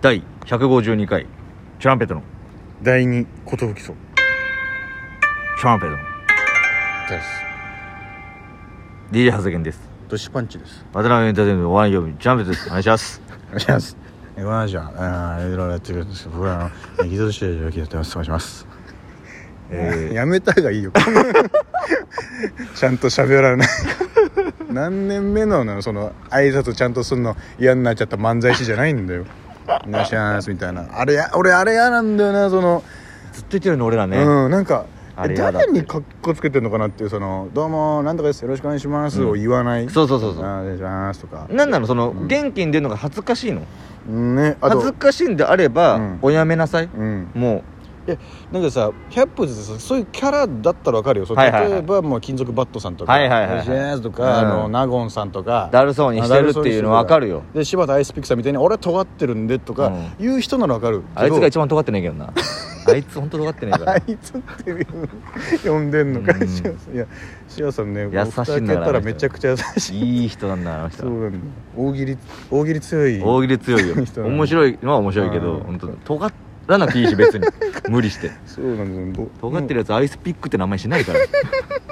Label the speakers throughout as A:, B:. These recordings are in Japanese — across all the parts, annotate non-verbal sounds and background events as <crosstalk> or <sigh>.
A: 第152回チュランペットの
B: 第二ことふきそう
A: チュランペットの
B: です
A: DJ 長谷健です
B: ドシパンチです
A: 渡辺エンターテインメントのワン曜日チュランペットですお願いします
B: お願いしますえこの話はうんいろいろやってくるんですけど僕らの偽造してる状況やってますお願いします
A: <laughs> えー
B: やめた
A: <laughs>
B: がいいよちゃんと喋らない何年目のなのその挨拶ちゃんとすんの嫌になっちゃった漫才師じゃないんだよ「お願いします」みたいなあれや俺あれ嫌なんだよなその
A: ずっと言ってるの俺らね、
B: うんなんか
A: あれ嫌だ
B: 誰にかっこつけてんのかなっていうその「どうもなんとかですよろしくお願いします」を言わない、
A: そうそうそうそう
B: あお願いします」とか
A: なんなのその、元気に出るのが恥ずかしいの
B: ねあ
A: 恥
B: と
A: ずかしいんであれば、
B: うん
A: おやめなさい、
B: うん
A: も
B: えなんかさ100歩ずつそういうキャラだったらわかるよ、そう
A: はいはいはい
B: 例えばもう金属バットさんとか、
A: はいはいはいはい
B: ジェーズとか、
A: うん
B: あのナゴンさんとか
A: だるそうにしてるっていうのわかるよ
B: で柴田アイスピックさんみたいに俺は尖ってるんでとか、
A: うん
B: 言う人ならわかる
A: うあいつが一
B: 番
A: 番尖ってないけど <laughs> なあいつ本当尖ってないか
B: あ
A: ら
B: <laughs> いつっていう呼んでんのか、
A: うん
B: シアさんいやシアさんね
A: 優しいんだ
B: や
A: よな
B: ったらめちゃくちゃ優しい
A: <laughs> いい人なんだなあの人
B: そう
A: は
B: なんだ大喜利大喜利強い
A: 大喜利強いよ
B: いい人だね
A: 面白いのは面白いけど
B: うん
A: 本当尖らなくていいし別 <laughs> に無理して
B: そうなんだよ
A: 尖ってるやつアイスピックって名前し
B: <laughs>
A: ないから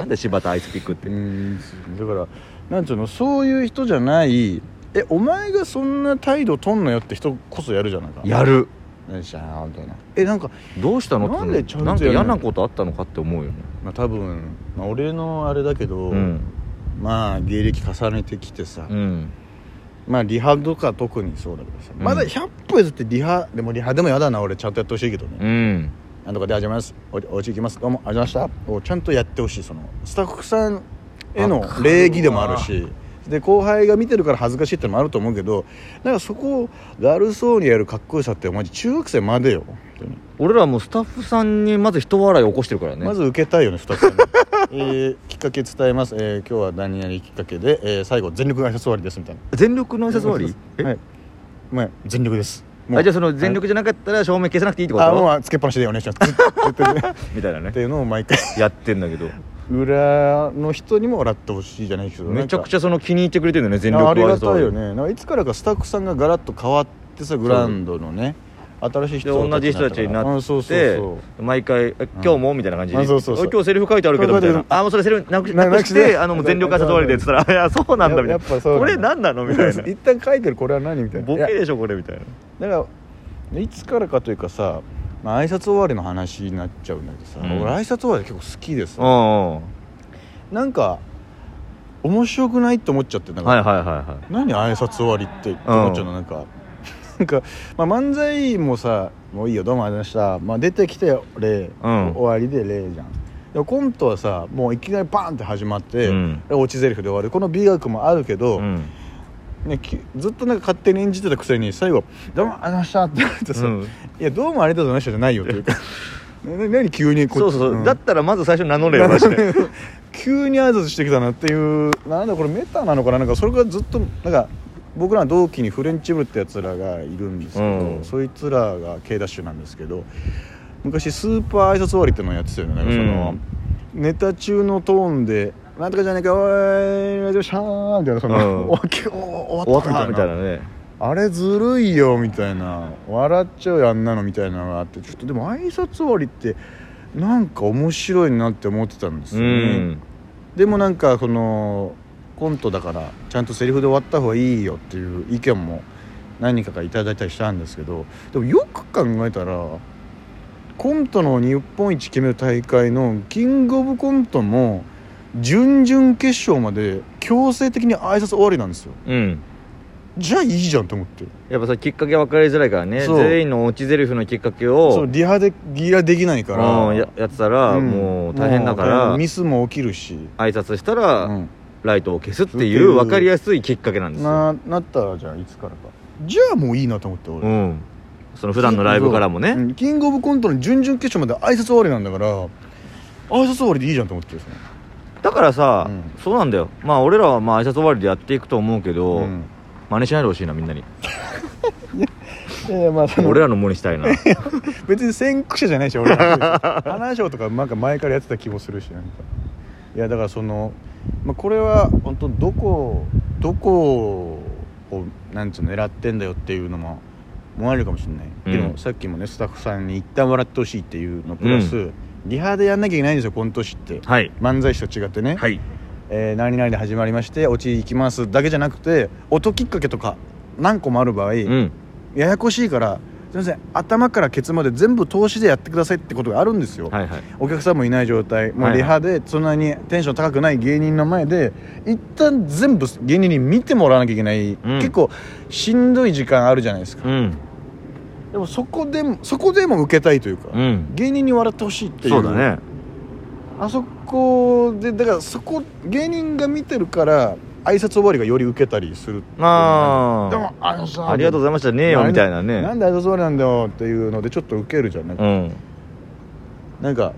A: なんで柴田アイスピックって
B: うんだからなんつうのそういう人じゃないえお前がそんな態度とんのよって人こそやるじゃないか
A: やる
B: よっしゃーみたいなえなんか、
A: どうしたの
B: な
A: っ
B: ん
A: て
B: で
A: その
B: ちゃんと
A: なんか
B: やる
A: 嫌
B: の
A: なことあったのかって思うよね
B: まあ、多分、まあ、俺のあれだけど、
A: うん
B: まあ芸歴重ねてきてさ、
A: うん
B: まあリハとか特にそうだけどさ、
A: うん
B: まだ100歩譲ってリハでもリハでもやだな俺ちゃんとやってほしいけどね、
A: うん
B: なんとかで始めますおお家行きますどうもありがとうございましたをちゃんとやってほしいそのスタッフさんへの礼儀でもあるしで後輩が見てるから恥ずかしいってのもあると思うけどなんかそこをだるそうにやるかっこよさってマジ中学生までよ、本当に
A: 俺らもうスタッフさんにまず人笑い起こしてるからね
B: まず受けたいよね2つ、ね <laughs> えーきっかけ伝えます、えー今日は何々きっかけで、えー最後全力が挨拶終わりですみたいな
A: 全力の挨拶終わりえ
B: はいまあ全力です
A: あじゃあその全力じゃなかったら照明消さなくていいってこ
B: あも
A: と
B: うつけっぱなしでお願いしますずっとずっとね
A: <laughs> みたいな
B: っ
A: ね
B: ていうのを毎回
A: やってんだけど
B: 裏の人にも笑ってほしいじゃないけど
A: めちゃくち
B: ゃ
A: ゃその気に入ってくれてるよね全力
B: あり
A: 挨
B: が
A: 拶終わ
B: たい
A: り
B: よねなんかいつからかスタッフさんがガラッと変わってさグラウンドのね新しい
A: で
B: 人
A: 同じ人たちにな
B: あ
A: っ
B: そうそう
A: て
B: そ
A: 毎回え「今日も?」みたいな感じで
B: あそうそうそう
A: おい今日セリフ書いてあるけど」みたいな
B: 書
A: 「
B: いて
A: あもうそれセリフなくし
B: な
A: なくし
B: なくしてて
A: あのもう全力挨拶終わりで」っつったら「あいやそうなんだ」みたいな
B: や
A: 「
B: っぱそうなん
A: こ
B: だ
A: れ何なの?」み
B: <laughs>
A: たいな
B: う一旦書いてるこれは何みた
A: 「
B: いな
A: ボケ
B: いや
A: でしょこれ」みたいな
B: だからいつからかというかさまあ挨拶終わりの話になっちゃうんだけどさ、
A: うん
B: 俺挨拶終わり結構好きです
A: うんうん
B: なんか面白くないって思っちゃってなんか、
A: はいはいはいはい
B: 何挨拶終わりってって思っちゃうの、なんかなんか、まあ、漫才もさ「もういいよどうもありがとうございました」まあ、出てきて礼、
A: うん
B: 終わりで礼じゃんでもコントはさもういきなりバーンって始まって、
A: うん
B: で落ち台詞で終わるこの美学もあるけど、
A: うん
B: ね、きずっとなんか勝手に演じてたくせに最後「どうもありがとうございました」って言われてさ、
A: うん
B: いやどうもありがとうございました」じゃないよって
A: <laughs>
B: いうかなな何急にこ
A: そうそうそうだ
B: だ
A: ったらまず最初名乗
B: <laughs>
A: れよマジで
B: 急に挨拶してきたなっていうなんだこれメタなのかななんかそれがずっとなんか僕らの同期にフレンチ部ってやつらがいるんですけど、
A: うん
B: そいつらが K ダッシュなんですけど昔スーパー挨拶終わりってのをやってたよねなんかその、ネタ中のトーンで「なんとかじゃねえかおーいお願いしました」みたいなその、
A: うん
B: お今日終
A: 終
B: わ
A: わ
B: っ
A: った
B: みた
A: た
B: い
A: み
B: な
A: たいなね
B: あれずるいよみたいな笑っちゃうよあんなのみたいなのがあってちょっとでも挨拶終わりってなんか面白いなって思ってたんです
A: う
B: よね、
A: ん
B: でもなんかそのコントだからちゃんとセリフで終わった方がいいよっていう意見も何人かがいただいたりしたんですけどでもよく考えたらコントの日本一決める大会のキングオブコントも準々決勝まで強制的に挨拶終わりなんですよ
A: うん
B: じゃあいいじゃんと思って
A: やっぱさきっかけ分かりづらいからね
B: そう
A: 全員の落ち台詞のきっかけ
B: そ
A: を
B: うリハでギラできないから、
A: うんややってたら
B: ん
A: もう大変だから
B: もうミスも起きるし、
A: 挨拶した
B: う
A: ら
B: ん
A: ライトを消すって
B: って
A: い
B: いうう
A: 分かりやすいきっかけなんですよ
B: ななったらじゃあいつからかじゃあもういいなと思って
A: う
B: 俺、
A: んその普段のライブからも
B: う
A: ね
B: んキングオブコントの準々決勝まで挨拶終わりなんだから挨拶終わりでいいじゃんと思ってるんですね
A: だからさ
B: うん
A: そうなんだよまあ俺らはまあ挨拶終わりでやっていくと思うけど
B: ん
A: 真似しないでほしいなみんなに
B: いやいやまあその
A: 俺らのものにした
B: <laughs>
A: いな
B: 別に先駆者じゃないし俺は花賞とかなんか前からやってた気もするしなんかいやだからその、まあ、これは本当どこどこをなんつうの狙ってんだよっていうのも思われるかもしれない、で
A: うん
B: もさっきもねスタッフさんに一旦笑ってほしいっていうのプラス、
A: う
B: リハでやんなきゃいけないんですよコント師って
A: はい
B: 漫才師と違ってね、
A: はい
B: えー何々で始まりまして落ち行きますだけじゃなくて音きっかけとか何個もある場合、
A: うん
B: ややこしいからすいません頭からケツまで全部通しでやってくださいってことがあるんですよ、
A: はいはい
B: お客さんもいない状態も
A: はいはい
B: うリハでそんなにテンション高くない芸人の前で一旦全部芸人に見てもらわなきゃいけない、
A: ん
B: 結構しんどい時間あるじゃないですか、
A: うん
B: でもそこでもそこでも受けたいというか、
A: うん
B: 芸人に笑ってほしいっていう
A: そうだね
B: あそこでだからそこ芸人が見てるから挨拶終わりがより受けたりする
A: あ
B: でもあのさ
A: あありがとうございましたねえよみたいなね
B: なんで挨拶終わりなんだよっていうのでちょっと受けるじゃんない、
A: うん
B: なんか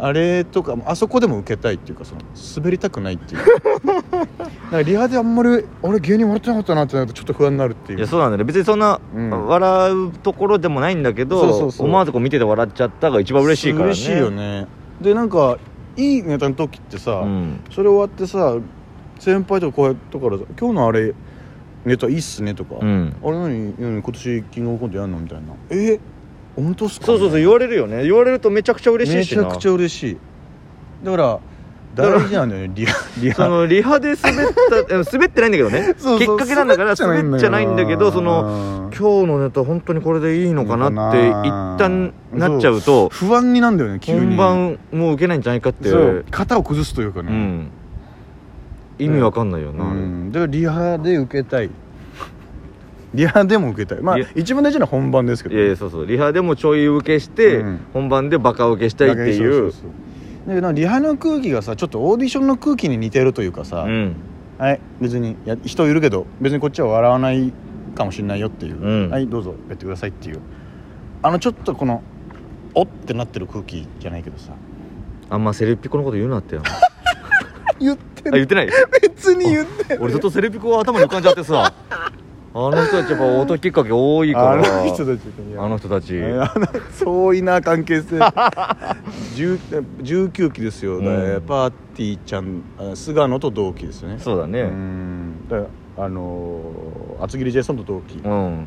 B: あれとかあそこでも受けたいっていうかその滑りたくないっ
A: <laughs>
B: ていうなんかリハであんまり俺芸人笑ってなかったなってなるとちょっと不安になるっていう
A: いやそうなんだね別にそんな
B: うん
A: 笑うところでもないんだけ
B: そうそ
A: ど
B: うそう
A: 思わずこう見てて笑っちゃったが一番嬉しいからね
B: 嬉しいよねでなんかいいネタの時ってさ、
A: うん
B: それ終わってさ先輩とか後輩とかからさ「今日のあれネタいいっすね」とか「
A: う
B: あ
A: ん
B: れ何何今年キングオブコントやんの?」みたいな「え本当っすか?」
A: そうそうそう言われるよね言われるとめちゃくちゃ嬉しいしな
B: めちゃくちゃ嬉しいだから
A: だから
B: 大事なんだよね
A: <laughs>
B: リハリ
A: そ
B: ハ
A: のリハで滑った <laughs> え滑ってないんだけどね
B: そう
A: き
B: そう
A: っかけなんだから滑っちゃないんだけどその
B: の
A: 今日のネタ本当にこれでいいのかなって
B: いい
A: 一
B: のかな
A: 旦なっちゃうと
B: 不安になんだよね急
A: 本
B: に
A: 番もう受けないんじゃないかって
B: そう型を崩すというか
A: う
B: ね、
A: ん意味わかんないよ
B: う
A: な、
B: んだからリハで受けたいリハでも受けたいまあ
A: いや
B: 一番大事なのは本番ですけ
A: い
B: ど
A: やいやそうそうリハでもちょい受けして、
B: うん
A: 本番でバカ受けしたいっていう
B: だけどそうそうそうだけどリハの空気がさちょっとオーディションの空気に似てるというかさ、
A: うん
B: はい別にいや人いるけど別にこっちは笑わないかもしれないよっていう、
A: うん
B: はいどうぞやってくださいっていうあのちょっとこのおってなってる空気じゃないけどさ
A: あんまセレピコのこと言うなってよあ
B: 言って
A: 言ってない
B: 別に言って
A: 俺ずっとセレピコは頭に浮かんじゃってさあの人たちやっぱ音きっかけ多いから
B: あの人たちいや
A: あの人たち
B: えーあの相違な関係性 <laughs> 10 19期ですよ、だから
A: うん
B: パーティーちゃんあ菅野と同期ですよね
A: そうだね
B: うんだからあのー厚切りジェイソンと同期
A: うん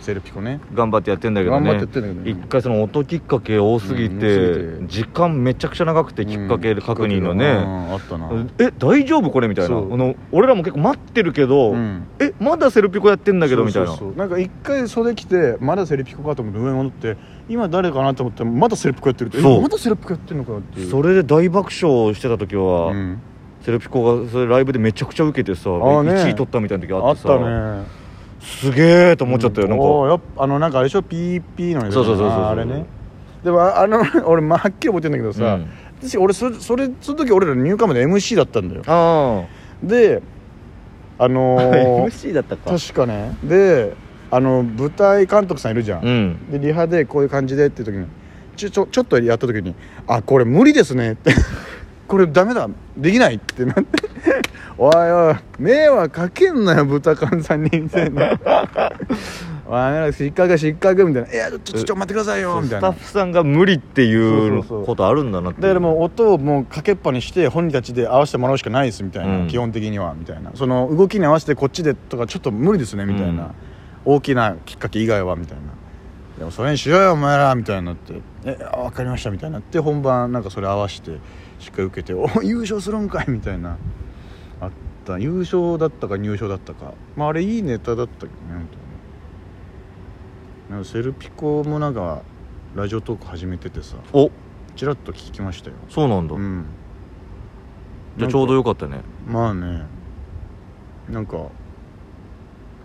B: セルピコね
A: 頑張ってやってんだけど
B: 頑
A: ね
B: 張ってってんだけどね
A: 一回その音きっかけ多すぎて,、
B: うん多すぎて
A: 時間めちゃくちゃ長くてきっかけで確認の
B: うん
A: ね、
B: あったな
A: え大丈夫これみたいなあ
B: そう
A: の俺らも結構待ってるけど、
B: うん
A: えまだセルピコやってんだけどみたいな
B: そうそうそうなんか一回袖来てまだセルピコかと思って上に戻って今誰かなと思ってまだセルピコやってるってえ
A: そう
B: まだセルピコやってるのかよっていう
A: それで大爆笑してた時は、
B: うん
A: セルピコがそれライブでめちゃくちゃ受けてさ、
B: ーね
A: 1位取ったみたいな時あ
B: あ
A: っ
B: ってた
A: さ
B: ね
A: すげえと思っちゃったよ、なんか
B: おーやっぱあのなんかあれでしょ PP のやつ
A: そうそうそうそう
B: あーあれねでもああ <laughs> の俺まあはっきり覚えてんだけどさ、
A: うん
B: 私俺それそれその時俺らニューカムで MC だったんだよ <laughs>
A: あ
B: であの
A: あ <laughs>
B: ー
A: MC だったか
B: 確かねであの舞台監督さんいるじゃん、
A: うん
B: でリハでこういう感じでっていう時にちょちょちょっとやった時に「あこれ無理ですね」って <laughs> 「これダメだできない」ってな <laughs> って「おいおい迷惑かけんなよ豚缶さんに」みたいな <laughs> 「おい迷惑失格失格」みたいな「いやちょちょちょ待ってくださいよ」みた
A: スタ
B: いな
A: ッ。フさんが無理っていう
B: そうそうそう
A: ことあるんだなってい
B: だからもう音をもうかけっぱにして本人たちで合わせてもらうしかないですみたいな、
A: うん
B: 基本的にはみたいなその動きに合わせてこっちでとかちょっと無理ですねみたいな、大きなきっかけ以外はみたいなでもそれにしろよお前らみたいになって「え分かりました」みたいになって本番なんかそれ合わせてしっかり受けて「 <laughs> お優勝するんかい」みたいなあった優勝だったか入賞だったかまああれいいネタだったけどね本当になんかセルピコもなんかラジオトーク始めててさ
A: お
B: ちらっと聞きましたよ
A: そうなんだ、
B: うん
A: じゃあちょうどよかったね
B: まあねなんか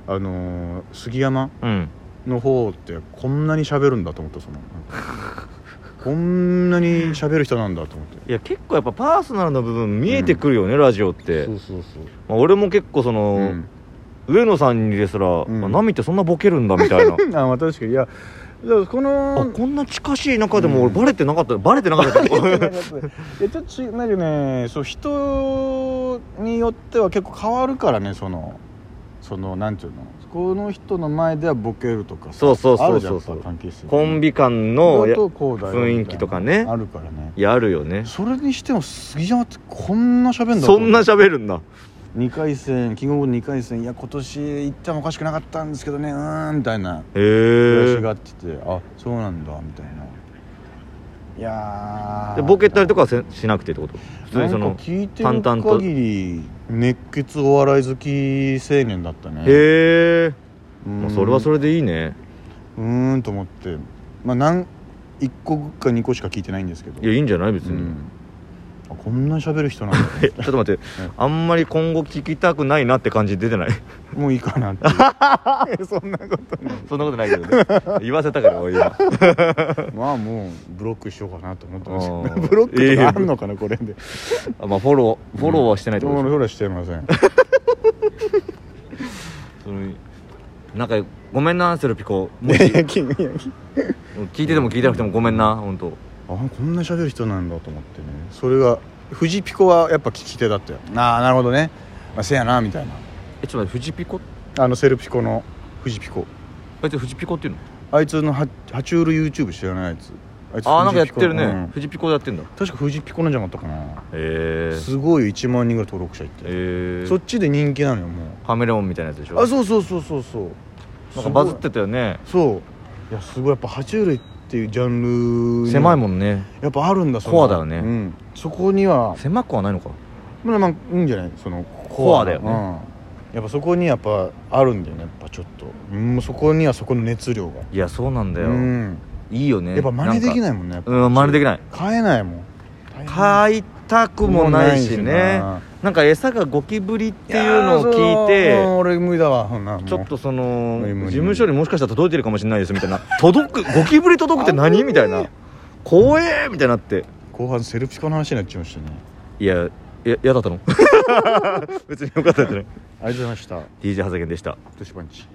B: あのー杉山
A: うん
B: の方ってこんなに喋るんだと思ったそのなんかこんなに喋る人なんだと思って
A: いや結構やっぱパーソナルの部分見えてくるよね、ラジオって、
B: そうそうそう
A: まあ、俺も結構その、
B: うん
A: 上野さんにですら「
B: ん
A: あナミってそんなボケるんだ」みたい
B: <laughs>
A: な
B: あまあ確かにいやだからこ
A: あ
B: の
A: こんな近しい中でも
B: う
A: 俺
B: ん
A: バレてなかった、バレてなかった
B: <laughs> いやちょっと違うなんかねそう人によっては結構変わるからねそのそのなんていうのこの人の前ではボケるとかさ
A: そうそうそうそう
B: あるじゃんやっぱ関係性
A: コンビ間の
B: の
A: や
B: とこうだよみたいな
A: 雰囲気とかね
B: あるからね
A: やるよね
B: それにしても杉山ってこんな喋んだと
A: そ
B: 思うん
A: な喋るんだ
B: 2回戦キングオブコント2回戦いや今年行ってもおかしくなかったんですけどねうーんみたいな
A: へ
B: 悔し
A: え
B: がってて、あそうなんだみたいないやー
A: でボケたりとかはせしなくてってこと普通にそ
B: な
A: の
B: んか聞いてる
A: 淡々と
B: 限り熱血お笑い好き青年だったね
A: へえ
B: うん
A: それはそれでいいね
B: うーんと思ってまあ何1個か2個しか聞いてないんですけど
A: いやいいんじゃない別
B: う
A: に、
B: んあこんな喋る人 <laughs> なんだ
A: えちょっと <laughs> 待って、あんまり今後聞きたくないなって感じ出てない <laughs>
B: もういいかなって <laughs> そんなこと
A: そんなことないけどね言わせたから俺今
B: まあもうブロックしようかなと思ってますけ
A: あー
B: ど <laughs> ブロックとかあんのかなこれで
A: あまあフォローフォローはしてないってこと
B: フ
A: で
B: ォローしてません
A: す、そのなんかごめんなセルピコ <laughs> もし
B: いやいや
A: 聞いてても聞いてなくてもごめんな本当
B: あこんな喋る人なんだと思ってねそれが藤ピコはやっぱ聞き手だったよああなるほどね、まあ、せやなみたいな
A: えちょっと待ってフジピコ
B: あのセルピコの藤ピコ
A: あいつフジピコっていうの
B: あいつのハハチュール YouTube 知らないあいつあいつ
A: ああなんかやっ
B: 藤ピコ
A: てるね、
B: うん
A: フジピコでやってんだへ
B: 確か藤ピコなんじゃなかったかな
A: え
B: すごいよ1万人ぐらい登録者いて、
A: え
B: そっちで人気なのよも
A: カメレオンみたいなやつでし
B: う
A: ょ
B: あそうそうそうそうそう
A: なんかバズってたよね
B: すごいそういやすごいやっぱ爬虫類っていうジャンルに
A: 狭いもんね
B: やっぱあるんだ
A: コアだよね
B: うん、そこには
A: 狭くはないのか
B: まあまあいいんじゃないその
A: コアだよね
B: うん、やっぱそこにやっぱあるんだよねやっぱちょっと、うん、もうそこにはそこの熱量が
A: いやそうなんだよ、
B: うん、
A: いいよね
B: やっぱ真似でき
A: い
B: ないもんねやっぱ
A: うん真似できない
B: 買えないもん
A: 買いたくもないし
B: もう
A: ね
B: な
A: なんか餌がゴキブリっていうのを聞い
B: やーそううん
A: て
B: 俺無理だわそんなもう
A: ちょっとその
B: 無理無理無理
A: 事務所にもしかしたら届いてるかもしれないですみたいな届くゴキブリ届くって何みたいな怖えみたいになって
B: 後半セルピカの話になっちゃいましたね
A: いやや嫌だったの <laughs> 別によかったんじゃない
B: ありがとうございました
A: DJ ハザゲンでした
B: トシパンチ